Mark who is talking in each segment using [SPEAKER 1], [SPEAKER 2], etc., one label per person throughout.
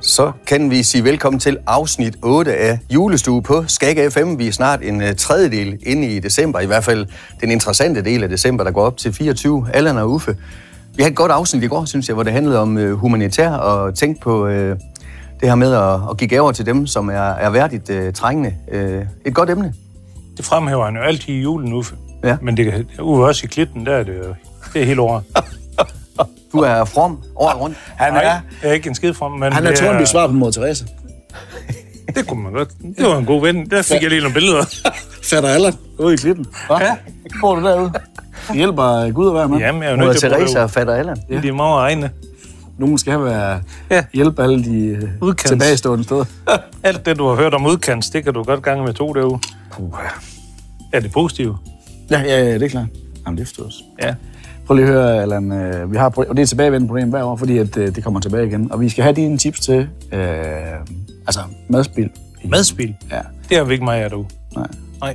[SPEAKER 1] Så kan vi sige velkommen til afsnit 8 af Julestue på Skag FM. Vi er snart en øh, tredjedel inde i december, i hvert fald den interessante del af december, der går op til 24. Allan og Uffe. Vi havde et godt afsnit i går, synes jeg, hvor det handlede om øh, humanitær og tænkte på øh, det her med at, at give gaver til dem, som er, er værdigt øh, trængende. Øh, et godt emne.
[SPEAKER 2] Det fremhæver han jo altid i julen, Uffe.
[SPEAKER 1] Ja.
[SPEAKER 2] Men det kan Uffe også i klitten, der er det jo det er hele året.
[SPEAKER 1] Du er from året rundt.
[SPEAKER 2] Han er, Nej, jeg er ikke en skid fra ham, men
[SPEAKER 3] Han er
[SPEAKER 2] det,
[SPEAKER 3] Tornby svar på mor Teresa.
[SPEAKER 2] det kunne man godt. Det var en god ven. Der fik jeg lige nogle billeder.
[SPEAKER 3] Fatter Allan. Ude i klitten.
[SPEAKER 1] Hva? Ja.
[SPEAKER 3] Bor du derude? Det hjælper øh, Gud at være med.
[SPEAKER 2] Jamen, jeg er jo
[SPEAKER 1] Mor
[SPEAKER 2] nødt til at bruge
[SPEAKER 1] Teresa
[SPEAKER 2] det
[SPEAKER 1] og fatter Allan.
[SPEAKER 2] ud i de mange egne.
[SPEAKER 3] Nogen skal være,
[SPEAKER 2] Ja.
[SPEAKER 3] hjælpe alle de øh,
[SPEAKER 2] Udkants.
[SPEAKER 3] tilbagestående steder.
[SPEAKER 2] Alt det, du har hørt om udkants, det kan du godt gange med to derude. Er det positivt?
[SPEAKER 3] Ja, ja, ja, det er klart. Jamen, det forstås.
[SPEAKER 2] Ja.
[SPEAKER 3] Prøv lige at høre, Allan. øh, Vi har, pro- og det er et tilbagevendende problem hver år, fordi at, øh, det kommer tilbage igen. Og vi skal have dine tips til øh, altså madspil.
[SPEAKER 2] Madspil?
[SPEAKER 3] Ja.
[SPEAKER 2] Det har vi ikke meget af derude.
[SPEAKER 3] Nej.
[SPEAKER 2] Nej.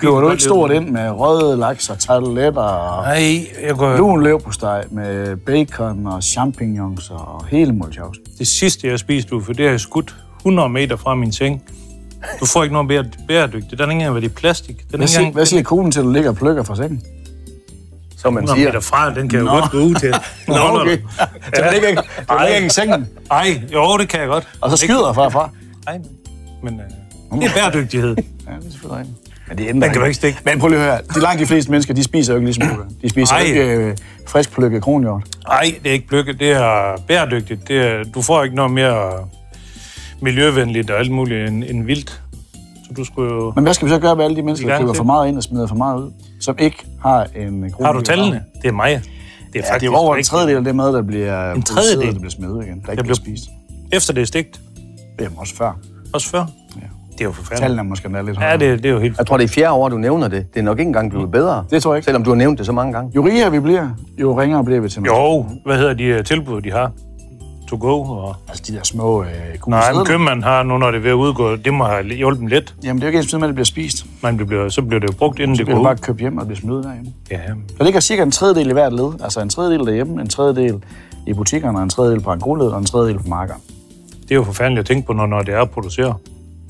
[SPEAKER 3] Køber du ikke stort ind med røde laks og tarteletter og
[SPEAKER 2] Nej, jeg går...
[SPEAKER 3] lun leverpostej med bacon og champignons og hele multihavs?
[SPEAKER 2] Det sidste, jeg spiste, Uffe, det har jeg skudt 100 meter fra min seng. Du får ikke noget bære- bæredygtigt. Den har ikke engang været i plastik. Den er
[SPEAKER 3] Hvad,
[SPEAKER 2] ikke
[SPEAKER 3] sig,
[SPEAKER 2] engang...
[SPEAKER 3] hvad siger konen til, at du ligger og plukker fra sengen?
[SPEAKER 1] Som man
[SPEAKER 2] 100
[SPEAKER 1] siger.
[SPEAKER 2] meter fra, den kan jeg jo godt gå ud til. Nå,
[SPEAKER 3] okay. Så det ligger ikke, det ligger ikke i sengen,
[SPEAKER 2] Ej, jo, det kan jeg godt.
[SPEAKER 3] og så skyder farfar.
[SPEAKER 2] Nej, men øh, det er bæredygtighed.
[SPEAKER 3] Ja, det er selvfølgelig rigtigt. Men det ændrer
[SPEAKER 2] Den kan du ikke stikke.
[SPEAKER 3] Men prøv lige at høre, de langt de fleste mennesker, de spiser jo ikke ligesom du gør. De spiser
[SPEAKER 2] Ej.
[SPEAKER 3] Ej. ikke øh, frisk plukket kronhjort.
[SPEAKER 2] Nej, det er ikke lykke. Det er bæredygtigt. Det er, du får ikke noget mere miljøvenligt og alt muligt end, end vildt. Så du skulle jo...
[SPEAKER 3] Men hvad skal vi så gøre med alle de mennesker,
[SPEAKER 2] Det er
[SPEAKER 3] der køber
[SPEAKER 2] det.
[SPEAKER 3] for meget ind og smider for meget ud, som ikke har en øh, kronhjort?
[SPEAKER 2] Har du tallene? Det er mig. Det er
[SPEAKER 3] Ja, det er
[SPEAKER 2] faktisk
[SPEAKER 3] jo over en
[SPEAKER 2] rigtigt.
[SPEAKER 3] tredjedel af det mad, der bliver en
[SPEAKER 2] tredjedel?
[SPEAKER 3] produceret, der bliver smidt igen. Der
[SPEAKER 2] Der
[SPEAKER 3] ikke bliver
[SPEAKER 2] bliver-
[SPEAKER 3] spist.
[SPEAKER 2] Efter det er stegt.
[SPEAKER 3] Det er også før.
[SPEAKER 2] Også før.
[SPEAKER 3] Ja.
[SPEAKER 2] Det er jo forfærdeligt.
[SPEAKER 3] Tallene er måske endda lidt
[SPEAKER 2] Ja,
[SPEAKER 3] højere.
[SPEAKER 2] det, det er jo helt...
[SPEAKER 1] Jeg tror, det er fjerde år, du nævner det. Det er nok ikke engang
[SPEAKER 2] Mm.
[SPEAKER 1] blevet bedre.
[SPEAKER 3] Det tror jeg ikke.
[SPEAKER 1] Selvom du har nævnt det så mange gange.
[SPEAKER 3] Jo rigere vi bliver, jo ringere bliver vi til noget.
[SPEAKER 2] Jo, hvad hedder de øh, tilbud, de har? To go og...
[SPEAKER 3] Altså de der små øh, gule
[SPEAKER 2] Nej,
[SPEAKER 3] sedler.
[SPEAKER 2] men købmanden har nu, når det er ved at udgå, det må have hjulpet dem lidt.
[SPEAKER 3] Jamen det er jo ikke ens med, at det bliver spist.
[SPEAKER 2] Men det bliver, så bliver det jo brugt, inden det
[SPEAKER 3] Det
[SPEAKER 2] går
[SPEAKER 3] er
[SPEAKER 2] ud.
[SPEAKER 3] bare købt hjem og bliver smidt derhjemme.
[SPEAKER 2] Ja,
[SPEAKER 3] Der ligger cirka en tredjedel i hvert led. Altså en tredjedel derhjemme, en tredjedel i butikkerne, og en tredjedel på angoled og en tredjedel på markeren.
[SPEAKER 2] det er jo forfærdeligt at tænke på, når, når det er at producere,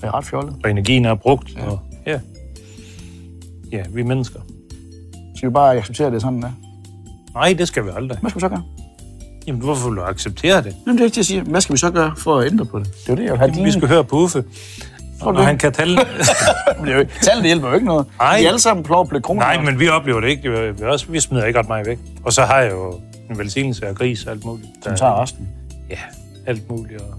[SPEAKER 3] Det er ret fjollet.
[SPEAKER 2] og energien er brugt. Ja. Og, ja. ja, vi er mennesker.
[SPEAKER 3] Skal vi bare acceptere at det er sådan, der?
[SPEAKER 2] Nej, det skal vi aldrig.
[SPEAKER 3] Hvad skal vi så gøre?
[SPEAKER 2] Jamen, hvorfor vil du acceptere det?
[SPEAKER 3] Jamen, det er ikke det, jeg siger. Hvad skal vi så gøre for at ændre på det? Det er jo det, jeg vil have
[SPEAKER 2] Jamen, vi
[SPEAKER 3] dine.
[SPEAKER 2] skal høre på Uffe, og når han kan tale.
[SPEAKER 3] Det er jo ikke- Tallene hjælper jo ikke noget.
[SPEAKER 2] Nej.
[SPEAKER 3] Vi alle sammen plejer at blive kroner.
[SPEAKER 2] Nej, men vi oplever det ikke. Vi, vi også, vi smider ikke ret meget væk. Og så har jeg jo en velsignelse af gris og alt muligt.
[SPEAKER 3] Du tager resten.
[SPEAKER 2] Ja, alt muligt. Og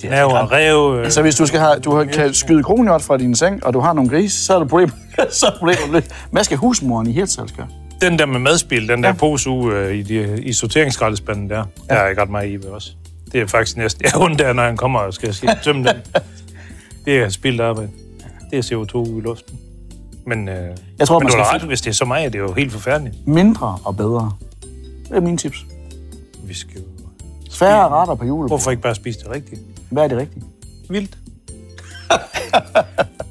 [SPEAKER 2] knæver og rev. Øh,
[SPEAKER 3] Så hvis du, skal have, du har- kan skyde kronhjort fra din seng, og du har nogle grise, så er det problem. så er det problem. Hvad skal husmoren i Hirtshals gøre?
[SPEAKER 2] den der med madspil, den der ja. pose øh, i, de, i sorteringsgraldespanden der, ja. der er ikke ret meget i ved os. Det er faktisk næsten... Jeg undrer, når han kommer og skal sige, tømme den. Det er spildt arbejde. Det er CO2 i luften. Men, øh,
[SPEAKER 3] Jeg tror,
[SPEAKER 2] men
[SPEAKER 3] man
[SPEAKER 2] du
[SPEAKER 3] skal
[SPEAKER 2] har ret, hvis det er så meget, det er jo helt forfærdeligt.
[SPEAKER 3] mindre og bedre. Det er mine tips.
[SPEAKER 2] Vi skal jo...
[SPEAKER 3] Færre retter på julebordet.
[SPEAKER 2] Hvorfor ikke bare spise det rigtigt?
[SPEAKER 3] Hvad er det rigtige?
[SPEAKER 2] Vildt.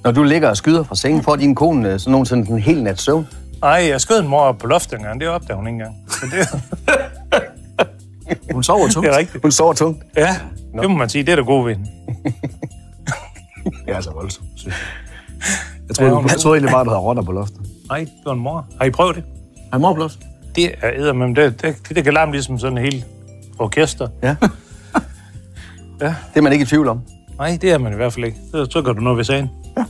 [SPEAKER 1] Når du ligger og skyder fra sengen, får din kone øh, sådan nogensinde en hel nat søvn.
[SPEAKER 2] Ej, jeg skød en mor op på loftet engang. Det opdager hun ikke engang. Så det,
[SPEAKER 3] Hun sover tungt.
[SPEAKER 2] det er rigtigt.
[SPEAKER 1] Hun sover tungt.
[SPEAKER 2] Ja, det må man sige. Det er da god ved hende.
[SPEAKER 3] Det er altså voldsomt, synes jeg. Jeg troede, ja, jeg troede egentlig bare, at du havde rotter på loftet.
[SPEAKER 2] Nej, det var en mor. Har I prøvet det?
[SPEAKER 3] Han mor på loftet?
[SPEAKER 2] Det er eddermem. Det, det, det kan larme ligesom sådan en hel orkester.
[SPEAKER 1] Ja.
[SPEAKER 2] Ja.
[SPEAKER 1] Det er man ikke i tvivl om.
[SPEAKER 2] Nej, det er man i hvert fald ikke. Så, så gør du noget ved sagen. Ja.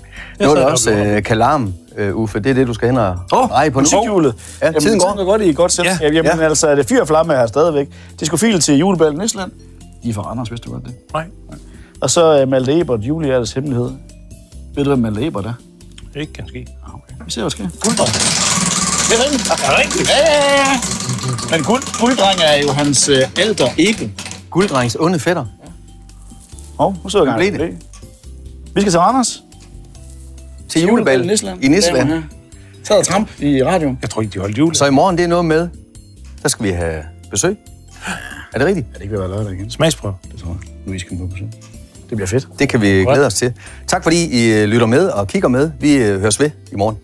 [SPEAKER 1] Nu er der også øh, kalarm, øh, Uffe. Det er det, du skal hen og
[SPEAKER 3] Åh,
[SPEAKER 1] dreje på nu.
[SPEAKER 3] musikhjulet.
[SPEAKER 1] Ja, tiden går.
[SPEAKER 3] godt i et godt selskab.
[SPEAKER 2] Ja.
[SPEAKER 3] Ja. Jamen,
[SPEAKER 1] Ja.
[SPEAKER 3] ja. altså, det er fyr og flamme her stadigvæk. Det skulle file til julebælgen Island. De er fra Randers, vidste du godt det.
[SPEAKER 1] øh,
[SPEAKER 2] Nej,
[SPEAKER 3] Og så uh, Malte Ebert, julehjertets hemmelighed. Ved du, hvad Malte Ebert er?
[SPEAKER 2] ikke kan ske.
[SPEAKER 3] Ah, Okay. Vi ser, hvad der sker. Gulddreng. Det er rigtigt.
[SPEAKER 2] Er det rigtigt?
[SPEAKER 3] Ja, ja, ja. Men guld, gulddreng er jo hans uh, ældre ego.
[SPEAKER 1] Gulddrengs onde fætter.
[SPEAKER 3] Hov, nu sidder jeg
[SPEAKER 1] Blev
[SPEAKER 3] gang. Vi skal til Randers.
[SPEAKER 1] Til julebal i Nisland.
[SPEAKER 3] Så er der Trump i radioen.
[SPEAKER 2] Jeg tror ikke, de holdt jul.
[SPEAKER 1] Så i morgen, det er noget med, der skal vi have besøg. Er det rigtigt?
[SPEAKER 3] Ja, det kan være lørdag igen.
[SPEAKER 2] Smagsprøve.
[SPEAKER 3] Det tror jeg. Louise kan på besøg. Det bliver fedt.
[SPEAKER 1] Det kan vi glæde os til. Tak fordi I øh, lytter med og kigger med. Vi øh, høres ved i morgen.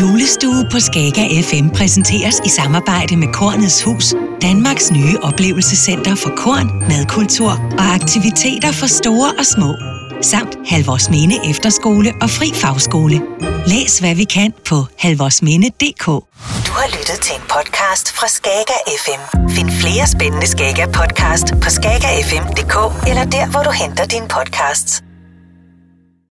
[SPEAKER 4] Julestue på Skaga FM præsenteres i samarbejde med Kornets Hus, Danmarks nye oplevelsescenter for korn, madkultur og aktiviteter for store og små. Samt Halvorsminde Efterskole og Fri Fagskole. Læs hvad vi kan på halvorsminde.dk.
[SPEAKER 5] Du har lyttet til en podcast fra Skager FM. Find flere spændende Skager podcast på skagerfm.dk eller der, hvor du henter dine podcasts.